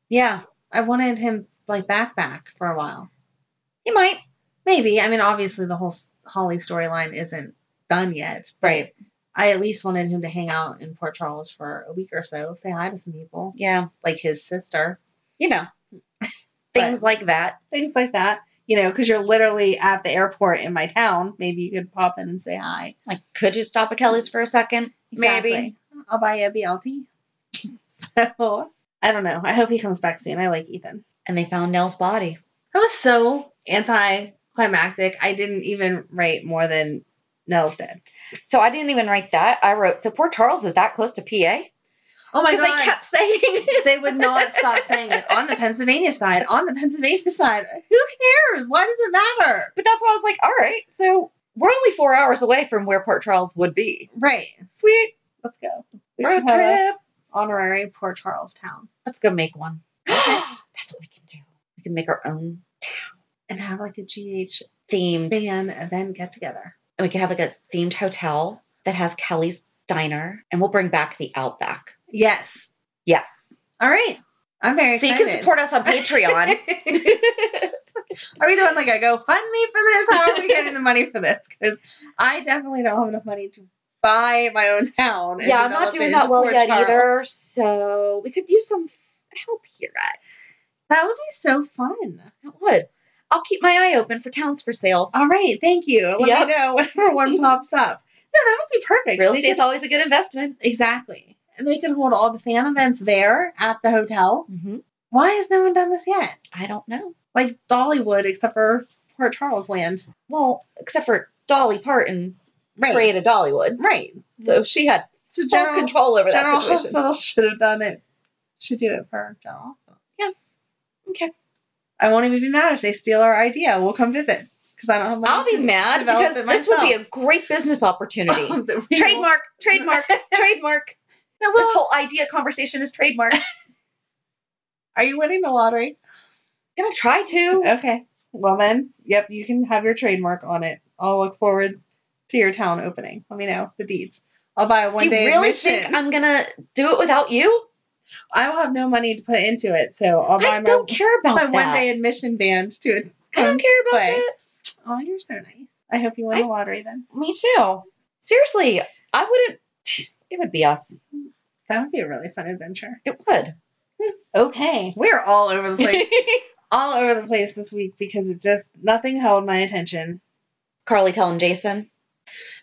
Speaker 2: Yeah.
Speaker 1: I wanted him like back back for a while.
Speaker 2: He might.
Speaker 1: Maybe. I mean, obviously the whole s- Holly storyline isn't done yet. but
Speaker 2: Right.
Speaker 1: I at least wanted him to hang out in Port Charles for a week or so, say hi to some people,
Speaker 2: Yeah.
Speaker 1: like his sister,
Speaker 2: You know, <laughs> things
Speaker 1: But-
Speaker 2: like that.
Speaker 1: things like that. You know, because you're literally at the airport in my town. Maybe you could pop in and say hi.
Speaker 2: Like, could you stop at Kelly's for a second? Maybe.
Speaker 1: Exactly. I'll buy you a BLT. <laughs> so I don't know. I hope he comes back soon. I like Ethan.
Speaker 2: And they found Nell's body.
Speaker 1: That was so anticlimactic. I didn't even write more than Nell's dead.
Speaker 2: So I didn't even write that. I wrote, so poor Charles is that close to PA?
Speaker 1: Oh my
Speaker 2: Because
Speaker 1: god.
Speaker 2: they kept <laughs> saying,
Speaker 1: <laughs> they would not <laughs> stop saying it on the Pennsylvania side, on the Pennsylvania side. Who cares? Why does it matter?
Speaker 2: but that's why I was like, all right, so we're only four hours away from where Port Charles would be.
Speaker 1: Right.
Speaker 2: Sweet.
Speaker 1: Let's go. We
Speaker 2: Road
Speaker 1: should have a
Speaker 2: trip.
Speaker 1: honorary Port Charles <gasps> town
Speaker 2: Let's go make one. that's what we can do. We can make our own
Speaker 1: and have like a GH
Speaker 2: themed
Speaker 1: fan event get together.
Speaker 2: and we could have like a themed hotel that has Kelly's diner and we'll bring back the Outback.
Speaker 1: Yes.
Speaker 2: Yes.
Speaker 1: All right. I'm very
Speaker 2: So you
Speaker 1: excited.
Speaker 2: can support us on Patreon.
Speaker 1: <laughs>
Speaker 2: <laughs>
Speaker 1: are we doing like a GoFundMe for this? How are
Speaker 2: <laughs>
Speaker 1: we getting the money for this? Because I definitely don't have enough money to buy my own town. and
Speaker 2: yeah, I'm
Speaker 1: develop
Speaker 2: not doing
Speaker 1: it
Speaker 2: that
Speaker 1: into
Speaker 2: well
Speaker 1: Port
Speaker 2: yet
Speaker 1: Charles.
Speaker 2: either. So we could use some f- help here guys.
Speaker 1: That would be so fun.
Speaker 2: That would. I'll keep my eye open for towns for sale.
Speaker 1: All right, thank you. Let
Speaker 2: Yep. <laughs>
Speaker 1: me know whenever one pops up. that would be perfect.
Speaker 2: Real
Speaker 1: They
Speaker 2: estate's
Speaker 1: could-
Speaker 2: always a good investment.
Speaker 1: exactly. And they can hold all the fan events there at the hotel.
Speaker 2: Mm-hmm.
Speaker 1: Why has no one done this yet?
Speaker 2: I don't know.
Speaker 1: Like Dollywood, except for Port Charles land.
Speaker 2: Well, except for Dolly Parton created Dollywood,
Speaker 1: Right.
Speaker 2: so she had
Speaker 1: So
Speaker 2: full
Speaker 1: general,
Speaker 2: control over
Speaker 1: general
Speaker 2: that situation.
Speaker 1: Hospital <laughs> should have done it. Should do it for General Hospital.
Speaker 2: Yeah. Okay.
Speaker 1: I won't even be mad if they steal our idea. We'll come visit because I don't have money
Speaker 2: I'll <laughs> be
Speaker 1: to
Speaker 2: mad
Speaker 1: develop
Speaker 2: because
Speaker 1: it
Speaker 2: this would be
Speaker 1: myself.
Speaker 2: a great business <laughs>
Speaker 1: <laughs>
Speaker 2: opportunity.
Speaker 1: That we will-
Speaker 2: trademark, <laughs> trademark, trademark.
Speaker 1: that
Speaker 2: This
Speaker 1: will-
Speaker 2: whole idea conversation is trademarked.
Speaker 1: <laughs> Are you winning the lottery?
Speaker 2: <laughs> gonna try to.
Speaker 1: Okay. Well then, yep, you can have your trademark on it. I'll look forward to your town opening. Let me know the deeds. I'll buy a one
Speaker 2: Do you
Speaker 1: day
Speaker 2: really
Speaker 1: admission.
Speaker 2: think I'm gonna do it without you?
Speaker 1: I will have no money to put into it, so I'll buy
Speaker 2: I
Speaker 1: my,
Speaker 2: don't care about
Speaker 1: my
Speaker 2: that.
Speaker 1: one day admission band to it.
Speaker 2: I don't care about
Speaker 1: play.
Speaker 2: that.
Speaker 1: Oh, you're so nice. I hope you win
Speaker 2: I-
Speaker 1: the lottery then.
Speaker 2: Me too. Seriously, I wouldn't. <sighs> It would be us.
Speaker 1: That would be a really fun adventure.
Speaker 2: It would.
Speaker 1: Hmm. Okay. We're all over the place. all over the place this week because it just nothing held my attention.
Speaker 2: <laughs> Carly telling Jason.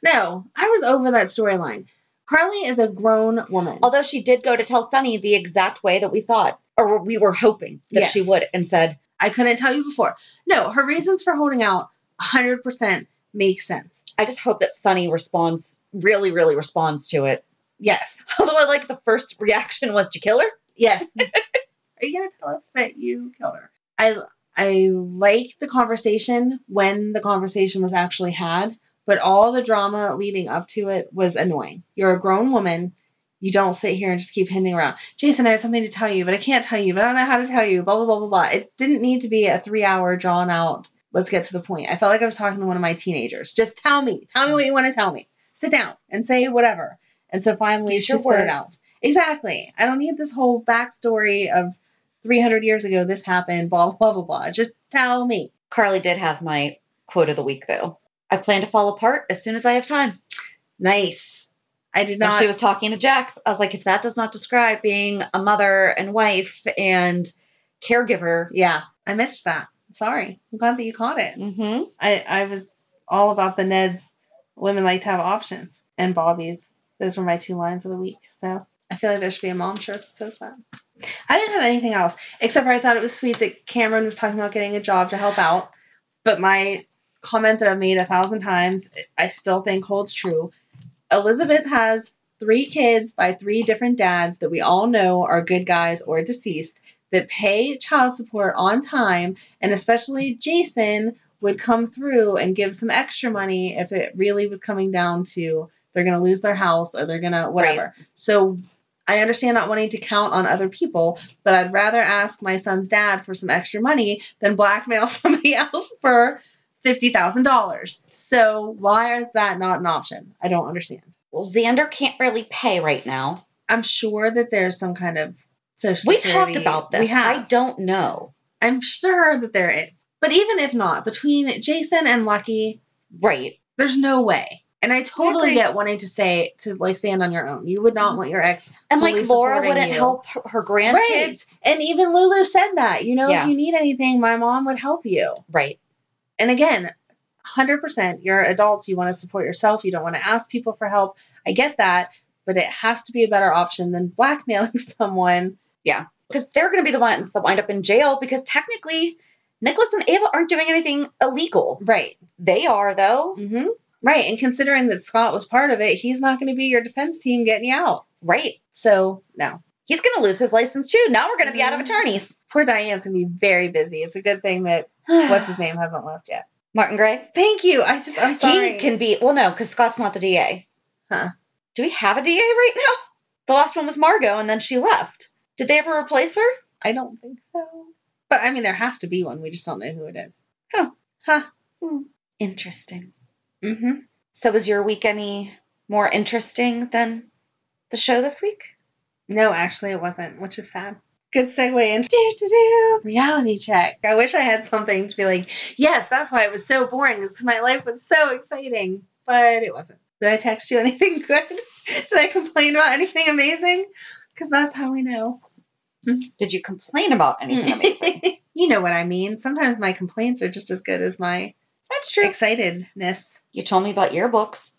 Speaker 1: No, I was over that storyline. Carly is a grown woman.
Speaker 2: Although she did go to tell Sunny the exact way that we thought, or we were hoping that
Speaker 1: Yes.
Speaker 2: she would, and said,
Speaker 1: I couldn't tell you before. No, her reasons for holding out 100% make sense.
Speaker 2: I just hope that Sunny responds, really, really responds to it.
Speaker 1: Yes.
Speaker 2: <laughs> Although I like the first reaction was to kill her.
Speaker 1: Yes. <laughs> Are you going to tell us that you killed her? I I like the conversation when the conversation was actually had, but all the drama leading up to it was annoying. You're a grown woman. You don't sit here and just keep hinting around. Jason, I have something to tell you, but I can't tell you, but I don't know how to tell you, blah, blah, blah, blah, blah. It didn't need to be a three hour drawn out, let's get to the point. I felt like I was talking to one of my teenagers. Just tell me. Tell me what you want to tell me. Sit down and say whatever. And so finally,
Speaker 2: Use
Speaker 1: she
Speaker 2: your
Speaker 1: said it
Speaker 2: words.
Speaker 1: out. Exactly. I don't need this whole backstory of 300 years ago this happened, blah, blah, blah, blah. Just tell me.
Speaker 2: Carly did have my quote of the week, though. I plan to fall apart as soon as I have time.
Speaker 1: Nice. I did
Speaker 2: When
Speaker 1: not.
Speaker 2: she was talking to Jax, I was like, if that does not describe being a mother and wife and caregiver,
Speaker 1: yeah, I missed that. Sorry. I'm glad that you caught it.
Speaker 2: mm-hmm.
Speaker 1: I, I was all about the Ned's women like to have options and Bobby's. Those were my two lines of the week. So I feel like there should be a mom shirt that says that. I didn't have anything else except for I thought it was sweet that Cameron was talking about getting a job to help out. But my comment that I've made a thousand times, I still think holds true. Elizabeth has three kids by three different dads that we all know are good guys or deceased that pay child support on time, and especially Jason would come through and give some extra money if it really was coming down to they're going to lose their house or they're going to whatever. So I understand not wanting to count on other people, but I'd rather ask my son's dad for some extra money than blackmail <laughs> somebody else for $50,000. So why is that not an option? I don't understand.
Speaker 2: Well, Xander can't really pay right now.
Speaker 1: I'm sure that there's some kind of social.
Speaker 2: We
Speaker 1: security-
Speaker 2: talked about this.
Speaker 1: We have.
Speaker 2: I don't know.
Speaker 1: I'm sure that there is. But even if not, between Jason and Lucky,
Speaker 2: Right.
Speaker 1: there's no way. And I totally
Speaker 2: agree.
Speaker 1: get wanting to say to like stand on your own. You would
Speaker 2: Mm-hmm.
Speaker 1: not want your ex,
Speaker 2: And
Speaker 1: Fully
Speaker 2: like Laura
Speaker 1: supporting
Speaker 2: wouldn't
Speaker 1: you.
Speaker 2: help her, her grandkids.
Speaker 1: And even Lulu said that. You know,
Speaker 2: Yeah.
Speaker 1: if you need anything, my mom would help you.
Speaker 2: Right.
Speaker 1: and again 100% you're adults you want to support yourself you don't want to ask people for help i get that but it has to be a better option than blackmailing <laughs> someone
Speaker 2: Because they're going to be the ones that wind up in jail because technically Nicholas and Ava aren't doing anything illegal.
Speaker 1: right
Speaker 2: They are, though.
Speaker 1: hmm right and considering that scott was part of it he's not going to be your defense team getting you out
Speaker 2: Right.
Speaker 1: so no
Speaker 2: He's going to lose his license too. Now we're going to be out of attorneys.
Speaker 1: poor diane's going to be very busy it's a good thing
Speaker 2: <sighs>
Speaker 1: that what's his name hasn't left yet
Speaker 2: Martin Gray?
Speaker 1: thank you i just i'm sorry
Speaker 2: He can be, well, no, because Scott's not the DA.
Speaker 1: Huh.
Speaker 2: Do we have a DA right now? The last one was Margot, and then she left. Did they ever replace her?
Speaker 1: i don't think so but i mean there has to be one we just don't know who it is
Speaker 2: Interesting.
Speaker 1: mm-hmm.
Speaker 2: So, was your week any more interesting than the show this week?
Speaker 1: No, actually, it wasn't, which is sad. Good segue into do, do, do, reality check. I wish I had something to be like, yes, that's why it was so boring, because my life was so exciting, but it wasn't. Did I text you <laughs> anything good? Did I complain about anything amazing? Because that's how we know. <laughs>
Speaker 2: Did you complain about anything amazing?
Speaker 1: you know what I mean. Sometimes my complaints are just as good as my
Speaker 2: That's true.
Speaker 1: excitedness.
Speaker 2: You told me about yearbooks.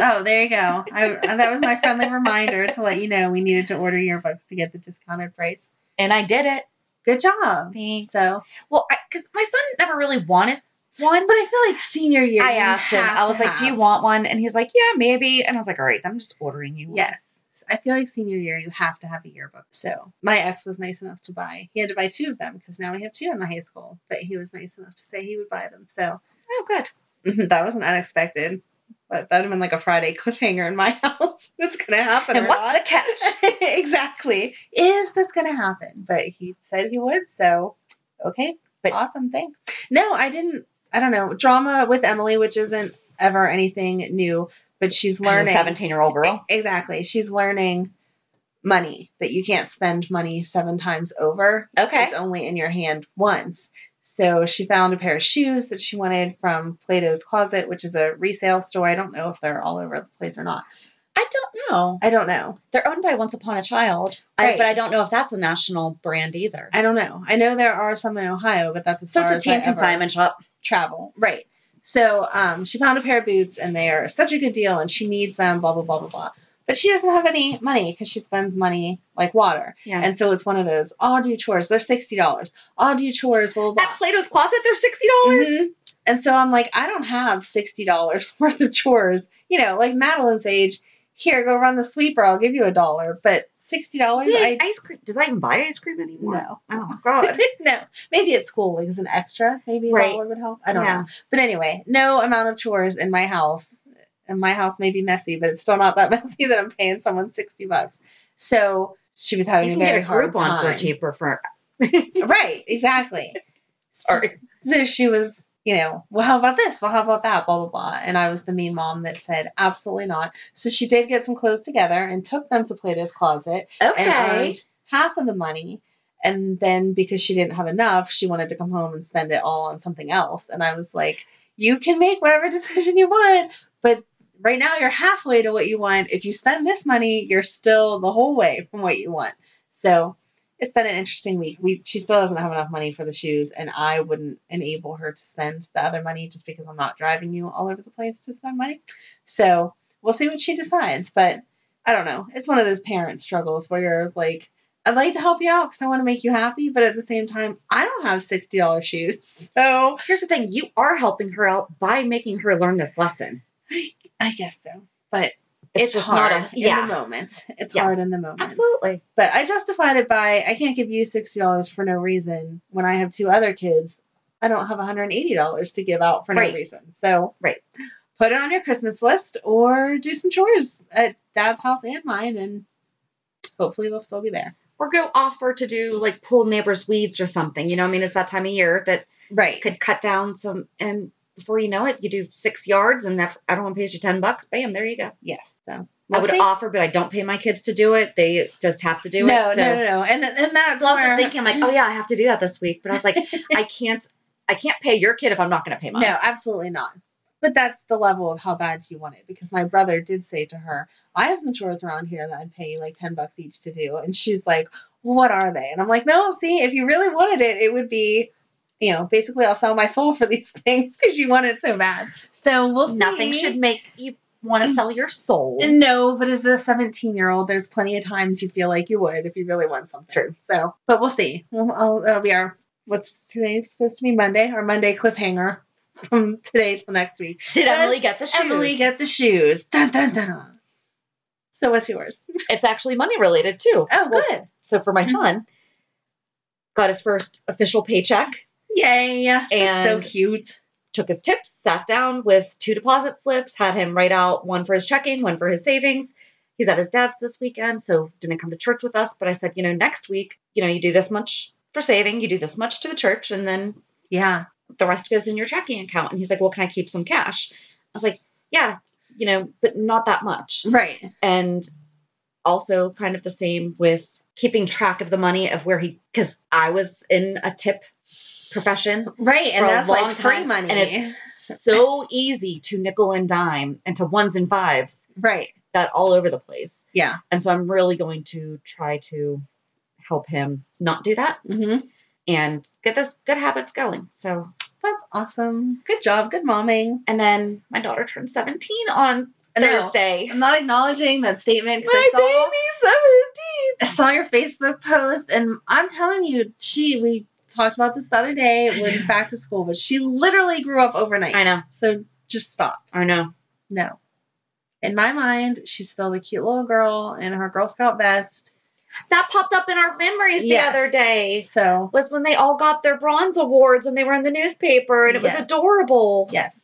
Speaker 1: Oh, there you go. I, that was my friendly reminder to let you know we needed to order your books to get the discounted price.
Speaker 2: and I did it.
Speaker 1: Good job.
Speaker 2: Thanks.
Speaker 1: So,
Speaker 2: Well, because my son never really wanted one.
Speaker 1: but I feel like senior year.
Speaker 2: I
Speaker 1: you
Speaker 2: asked him.
Speaker 1: have
Speaker 2: I
Speaker 1: to
Speaker 2: was like, "Do you
Speaker 1: have-
Speaker 2: want one?" And he was like, "Yeah, maybe." And I was like, "All right, I'm just ordering you." one."
Speaker 1: Yes. I feel like senior year, you have to have a yearbook. So my ex was nice enough to buy. He had to buy two of them because now we have two in the high school. But he was nice enough to say he would buy them. So mm-hmm,
Speaker 2: Oh, good.
Speaker 1: that wasn't unexpected. But that would have been like a Friday <laughs> cliffhanger in my house. That's gonna happen.
Speaker 2: And
Speaker 1: or
Speaker 2: what's
Speaker 1: not.
Speaker 2: the
Speaker 1: <laughs>
Speaker 2: catch?
Speaker 1: exactly. Is this going to happen? But he said he would. So, okay.
Speaker 2: But-
Speaker 1: awesome. Thanks. No, I didn't. I don't know. Drama with Emily, which isn't ever anything new, but she's
Speaker 2: She's a
Speaker 1: learning.
Speaker 2: 17 year old girl.
Speaker 1: Exactly. She's learning money that you can't spend money seven times over.
Speaker 2: Okay.
Speaker 1: It's only in your hand once. So she found a pair of shoes that she wanted from Plato's Closet, which is a resale store. I don't know if they're all over the place or not.
Speaker 2: I don't know.
Speaker 1: I don't know.
Speaker 2: They're owned by Once Upon a Child, I-
Speaker 1: Right.
Speaker 2: but I don't know if that's a national brand either.
Speaker 1: I don't know. I know there are some in Ohio, but that's as
Speaker 2: so
Speaker 1: far
Speaker 2: it's a
Speaker 1: as I
Speaker 2: teen
Speaker 1: ever
Speaker 2: consignment shop.
Speaker 1: travel. Right. So um, she found a pair of boots, and they are such a good deal, and she needs them. Blah blah blah blah blah. But she doesn't have any money because she spends money like water,
Speaker 2: Yeah.
Speaker 1: and so it's one of those. I'll do chores. They're sixty dollars. I'll do chores. Blah blah. blah.
Speaker 2: At Plato's Closet, they're sixty dollars.
Speaker 1: Mhm. And so I'm like, I don't have sixty dollars <laughs> worth of chores. You know, like Madeline's age. Here, go run the sleeper. I'll give you a dollar. But sixty dollars, I
Speaker 2: ice cream? Does I even buy ice cream anymore?
Speaker 1: no.
Speaker 2: Oh
Speaker 1: <laughs>
Speaker 2: God.
Speaker 1: no, maybe at school, like as an extra, maybe a
Speaker 2: Right.
Speaker 1: dollar would help. I don't
Speaker 2: Yeah.
Speaker 1: know. But anyway, no amount of chores in my house. And my house may be messy, but it's still not that <laughs> messy that I'm paying someone sixty bucks. So she was having
Speaker 2: you
Speaker 1: a
Speaker 2: can
Speaker 1: very
Speaker 2: get a
Speaker 1: hard
Speaker 2: group
Speaker 1: time.
Speaker 2: on for cheaper for
Speaker 1: <laughs> Right, exactly.
Speaker 2: Sorry.
Speaker 1: So she was, you know, well, how about this? Well, how about that? Blah blah blah. And I was the mean mom that said, absolutely not. So she did get some clothes together and took them to Plato's closet and earned half of the money. And then because she didn't have enough, she wanted to come home and spend it all on something else. And I was like, you can make whatever <laughs> decision you want, but right now you're halfway to what you want. If you spend this money, you're still the whole way from what you want. So it's been an interesting week. We she still doesn't have enough money for the shoes, and I wouldn't enable her to spend the other money just because I'm not driving you all over the place to spend money. So we'll see what she decides. But I don't know. It's one of those parent struggles where you're like, I'd like to help you out because I want to make you happy, but at the same time, I don't have sixty dollars shoes, <laughs> so
Speaker 2: Here's the thing: you are helping her out by making her learn this lesson.
Speaker 1: I guess so. But
Speaker 2: It's,
Speaker 1: it's,
Speaker 2: just
Speaker 1: hard
Speaker 2: not a
Speaker 1: in the moment. It's
Speaker 2: Yes.
Speaker 1: hard in the moment.
Speaker 2: absolutely.
Speaker 1: But I justified it by I can't give you sixty dollars for no reason when I have two other kids. I don't have one hundred and eighty dollars to give out for
Speaker 2: Right.
Speaker 1: no reason. So
Speaker 2: Right.
Speaker 1: put it on your Christmas list or do some chores at Dad's house and mine, and hopefully they'll still be there.
Speaker 2: Or go offer to do like pull neighbors' weeds or something. You know, I mean, it's that time of year that
Speaker 1: Right.
Speaker 2: could cut down some. And before you know it, you do six yards, and if everyone pays you ten bucks. Bam, there you go.
Speaker 1: Yes. So
Speaker 2: I would
Speaker 1: see.
Speaker 2: offer, but I don't pay my kids to do it. They just have to do
Speaker 1: no,
Speaker 2: it. So.
Speaker 1: no, no, no, and and that's
Speaker 2: So I was
Speaker 1: where-
Speaker 2: just thinking, I'm like, oh yeah, I have to do that this week. But
Speaker 1: <laughs>
Speaker 2: I was like, I can't, I can't pay your kid if I'm not going to pay mine.
Speaker 1: No, absolutely not. But that's the level of how bad you want it. Because my brother did say to her, I have some chores around here that I'd pay you like 10 bucks each to do. And she's like, What are they? And I'm like, No, see, if you really wanted it, it would be, you know, basically I'll sell my soul for these <laughs> things because you want it so bad. So we'll see.
Speaker 2: Nothing should make you want to sell your soul.
Speaker 1: No, but as a 17 year old, there's plenty of times you feel like you would if you really want something.
Speaker 2: True.
Speaker 1: So, but we'll see. Well, I'll, that'll be our, what's today supposed to be Monday? Our Monday cliffhanger from today till next week.
Speaker 2: Did
Speaker 1: But
Speaker 2: Emily get the shoes?
Speaker 1: Emily get the shoes. Dun dun dun. So what's yours?
Speaker 2: it's actually money related too.
Speaker 1: Oh,
Speaker 2: Well,
Speaker 1: good.
Speaker 2: So for my son, got his first official paycheck,
Speaker 1: Yay.
Speaker 2: And-
Speaker 1: That's so cute.
Speaker 2: took his tips, sat down with two deposit slips, had him write out one for his checking, one for his savings. He's at his dad's this weekend, so didn't come to church with us. But I said, you know, next week, you know, you do this much for saving, you do this much to the church, and then
Speaker 1: Yeah.
Speaker 2: the rest goes in your checking account. And he's like, well, can I keep some cash? I was like, yeah, you know, but not that much.
Speaker 1: Right.
Speaker 2: And also, kind of the same with keeping track of the money of where he, because I was in a tip profession.
Speaker 1: Right. And
Speaker 2: For a
Speaker 1: that's
Speaker 2: long
Speaker 1: like free
Speaker 2: time,
Speaker 1: money.
Speaker 2: and it's So easy to nickel and dime and to ones and fives
Speaker 1: right.
Speaker 2: that all over the place.
Speaker 1: Yeah.
Speaker 2: And so I'm really going to try to help him not do that
Speaker 1: Mm-hmm.
Speaker 2: and get those good habits going. So,
Speaker 1: That's awesome. Good job. Good momming.
Speaker 2: and then my daughter turned 17 on No.
Speaker 1: Thursday.
Speaker 2: I'm not acknowledging that statement because
Speaker 1: My
Speaker 2: I saw
Speaker 1: baby's 17.
Speaker 2: I saw your Facebook post, and I'm telling you,
Speaker 1: She, we talked about this the other day.
Speaker 2: <sighs>
Speaker 1: We're back to school, but she literally grew up overnight.
Speaker 2: I know,
Speaker 1: So just stop.
Speaker 2: I know.
Speaker 1: No. In my mind, she's still the cute little girl in her Girl Scout vest.
Speaker 2: That popped up in our memories the
Speaker 1: Yes.
Speaker 2: other day.
Speaker 1: So,
Speaker 2: Was when they all got their bronze awards and they were in the newspaper, and it was
Speaker 1: Yes.
Speaker 2: adorable.
Speaker 1: yes.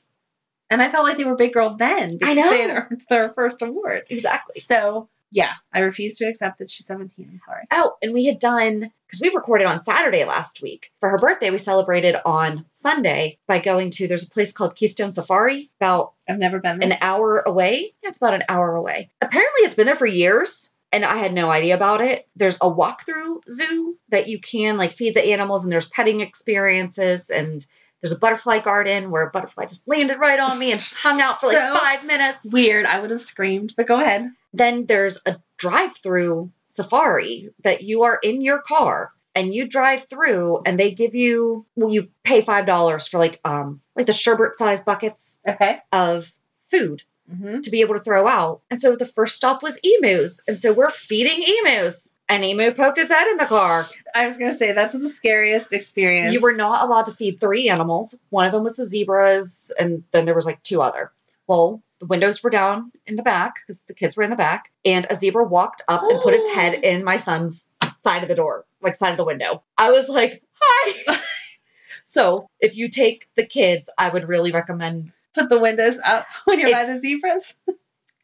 Speaker 1: And I felt like they were big girls then because
Speaker 2: I know.
Speaker 1: they had <laughs> earned their first award.
Speaker 2: Exactly.
Speaker 1: So, yeah, I refuse to accept that she's 17. I'm sorry.
Speaker 2: Oh, and we had done because we recorded on Saturday last week for her birthday. We celebrated on Sunday by going to there's a place called Keystone Safari about
Speaker 1: I've never been there.
Speaker 2: an hour away. Yeah, it's about an hour away. Apparently, it's been there for years, and I had no idea about it. There's a walkthrough zoo that you can like feed the animals, and there's petting experiences, and there's a butterfly garden where a butterfly just landed right on me and hung out for like
Speaker 1: So-
Speaker 2: five minutes.
Speaker 1: Weird. I would have screamed, but go ahead.
Speaker 2: Then there's a drive through safari that you are in your car and you drive through and they give you well you pay five dollars for like um like the sherbet sized buckets
Speaker 1: Okay.
Speaker 2: of food
Speaker 1: Mm-hmm.
Speaker 2: to be able to throw out. And so the first stop was emus. And so we're feeding emus. An emu poked its head in the car.
Speaker 1: I was gonna say that's the scariest experience.
Speaker 2: You were not allowed to feed three animals. One of them was the zebras, and then there was like two other. Well, the windows were down in the back because the kids were in the back, and a zebra walked up and put its head in my son's side of the door, like side of the window. I was like, "Hi." <laughs> so, if you take the kids, I would really recommend
Speaker 1: put the windows up <laughs> when you're by
Speaker 2: It's-
Speaker 1: the zebras.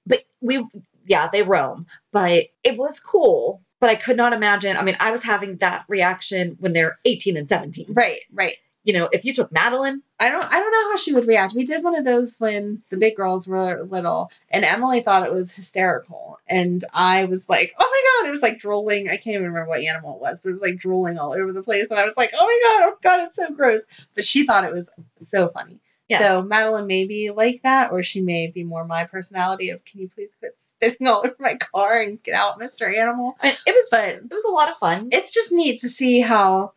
Speaker 2: but we yeah they roam but it was cool but i could not imagine i mean i was having that reaction when they're 18 and 17
Speaker 1: Right, right.
Speaker 2: you know if you took madeline
Speaker 1: I don't I don't know how she would react. We did one of those when the big girls were little and Emily thought it was hysterical. And I was like, Oh my god, it was like drooling. I can't even remember what animal it was, but it was like drooling all over the place. And I was like, Oh my god, oh god, it's so gross. But she thought it was so funny.
Speaker 2: Yeah.
Speaker 1: So Madeline may be like that, or she may be more my personality of can you please quit spitting all over my car and get out, Mr. Animal?
Speaker 2: I mean, it was
Speaker 1: But
Speaker 2: it was a lot of fun
Speaker 1: it's just neat to see how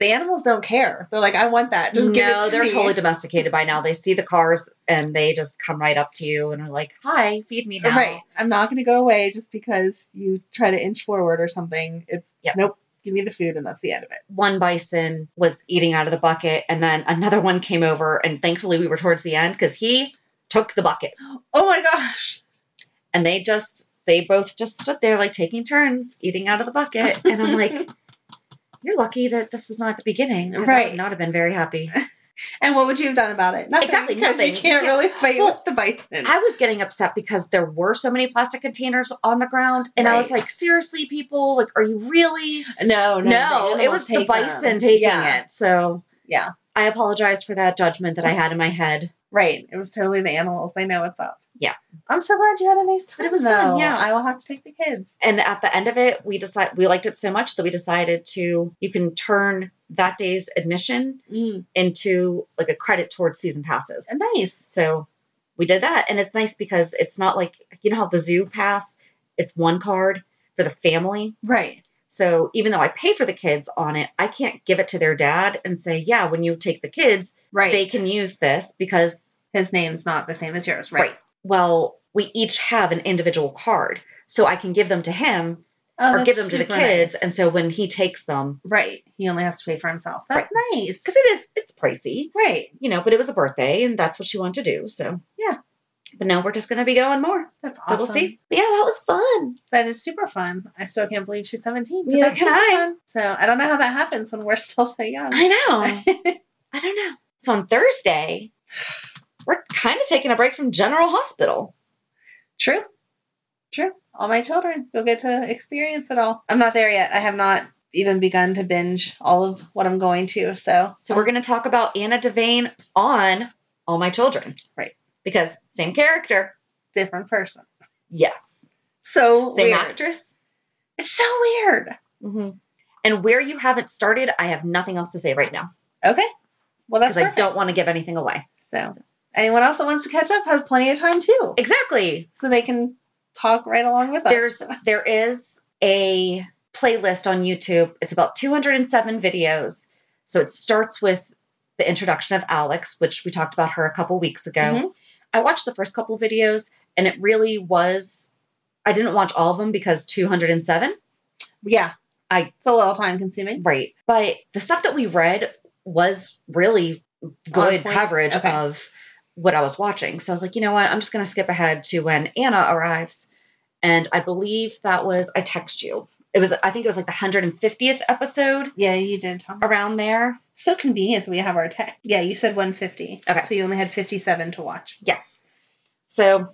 Speaker 1: the animals don't care. They're like, I want that. Just give it
Speaker 2: no
Speaker 1: to
Speaker 2: they're
Speaker 1: me.
Speaker 2: totally domesticated by now they see the cars and they just come right up to you and are like hi feed me now
Speaker 1: right. I'm not going to go away just because you try to inch forward or something. It's
Speaker 2: Yep.
Speaker 1: nope. Give me the food, and that's the end of it.
Speaker 2: one bison was eating out of the bucket and then another one came over and thankfully we were towards the end because he took the bucket
Speaker 1: Oh my gosh!
Speaker 2: and they just they both just stood there like taking turns eating out of the bucket and i'm
Speaker 1: <laughs>
Speaker 2: like you're lucky that this was not at the beginning 'cause i
Speaker 1: Right.
Speaker 2: would not have been very happy
Speaker 1: And what would you have done about it? Nothing,
Speaker 2: Exactly,
Speaker 1: because
Speaker 2: nothing.
Speaker 1: you can't
Speaker 2: Yeah.
Speaker 1: really fight
Speaker 2: Well,
Speaker 1: with the bison.
Speaker 2: i was getting upset because there were so many plastic containers on the ground and i was
Speaker 1: Right.
Speaker 2: like seriously people like are you really
Speaker 1: Oh, no, no,
Speaker 2: no it was the bison taking it so
Speaker 1: Yeah,
Speaker 2: i apologize for that judgment that i had in my head
Speaker 1: right. It was totally the animals. They know what's up.
Speaker 2: Yeah.
Speaker 1: I'm so glad you had a nice time.
Speaker 2: But it was fun,
Speaker 1: though.
Speaker 2: yeah.
Speaker 1: I will have to take the kids.
Speaker 2: and at the end of it we decided we liked it so much that we decided to you can turn that day's admission into like a credit towards season passes
Speaker 1: Nice.
Speaker 2: So we did that. And it's nice because it's not like, you know how the zoo pass, it's one card for the family.
Speaker 1: Right.
Speaker 2: So even though I pay for the kids on it, I can't give it to their dad and say, yeah, when you take the kids,
Speaker 1: Right.
Speaker 2: they can use this because,
Speaker 1: his name's not the same as yours,
Speaker 2: right.
Speaker 1: right?
Speaker 2: well, we each have an individual card. So I can give them to him
Speaker 1: Oh,
Speaker 2: or
Speaker 1: that's
Speaker 2: give them to the
Speaker 1: super
Speaker 2: kids.
Speaker 1: nice.
Speaker 2: And so when he takes them,
Speaker 1: Right. He only has to pay for himself. That's nice.
Speaker 2: because it is, it's pricey,
Speaker 1: Right.
Speaker 2: you know, but it was a birthday and that's what she wanted to do. So
Speaker 1: Yeah.
Speaker 2: But now we're just going to be going more.
Speaker 1: That's
Speaker 2: So
Speaker 1: awesome.
Speaker 2: we'll see. But yeah, that was fun.
Speaker 1: That is super fun. I still can't believe she's 17. but
Speaker 2: Neither
Speaker 1: that's
Speaker 2: can
Speaker 1: super
Speaker 2: I.
Speaker 1: fun. So I don't know how that happens when we're <laughs> still so young.
Speaker 2: I know. <laughs> I don't know. So on Thursday, we're kind of taking a break from General Hospital.
Speaker 1: <laughs> True. True. All my children will get to experience it all. I'm not there yet. I have not even begun to binge all of what I'm going to. So
Speaker 2: So we're going to talk about Anna Devane on All My Children.
Speaker 1: Right.
Speaker 2: Because same character.
Speaker 1: different person.
Speaker 2: Yes.
Speaker 1: So
Speaker 2: Same
Speaker 1: weird.
Speaker 2: actress.
Speaker 1: It's so weird.
Speaker 2: hmm
Speaker 1: Mm-hmm.
Speaker 2: And where you haven't started, I have nothing else to say right now
Speaker 1: Okay. Well, that's
Speaker 2: because I
Speaker 1: perfect.
Speaker 2: don't want to give anything away.
Speaker 1: So anyone else that wants to catch up has plenty of time too.
Speaker 2: Exactly.
Speaker 1: So they can talk right along with us.
Speaker 2: There's there is a playlist on YouTube. It's about 207 videos. So it starts with the introduction of Alex, which we talked about her a couple weeks ago.
Speaker 1: Mhm.
Speaker 2: I watched the first couple videos and it really was, I didn't watch all of them because 207.
Speaker 1: Yeah.
Speaker 2: I-
Speaker 1: it's a little time consuming.
Speaker 2: Right. But the stuff that we read was really good
Speaker 1: point.
Speaker 2: coverage
Speaker 1: Okay.
Speaker 2: of what I was watching. So I was like, you know what? I'm just going to skip ahead to when Anna arrives. And I believe that was, I text you. It was, I think it was like the 150th episode
Speaker 1: Yeah, you did, Tom.
Speaker 2: around there.
Speaker 1: So convenient that we have our tech. Yeah, you said 150.
Speaker 2: Okay.
Speaker 1: So you only had 57 to watch. Oh
Speaker 2: Yes. So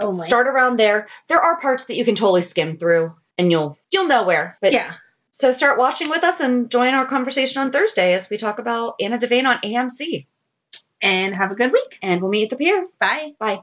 Speaker 1: Only.
Speaker 2: start around there. There are parts that you can totally skim through and you'll, you'll know where. But
Speaker 1: yeah.
Speaker 2: So start watching with us and join our conversation on Thursday as we talk about Anna Devane on AMC.
Speaker 1: And have a good week.
Speaker 2: And we'll meet at the pier.
Speaker 1: Bye.
Speaker 2: Bye.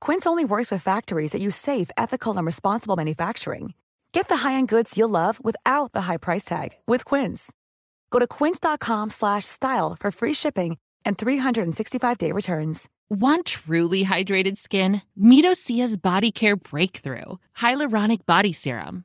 Speaker 3: Quince only works with factories that use safe, ethical, and responsible manufacturing. Get the high-end goods you'll love without the high price tag with Quince. Go to quince.com/style slash style for free shipping and 365-day returns.
Speaker 4: Want truly hydrated skin? Meet Osea's Body Care Breakthrough Hyaluronic Body Serum.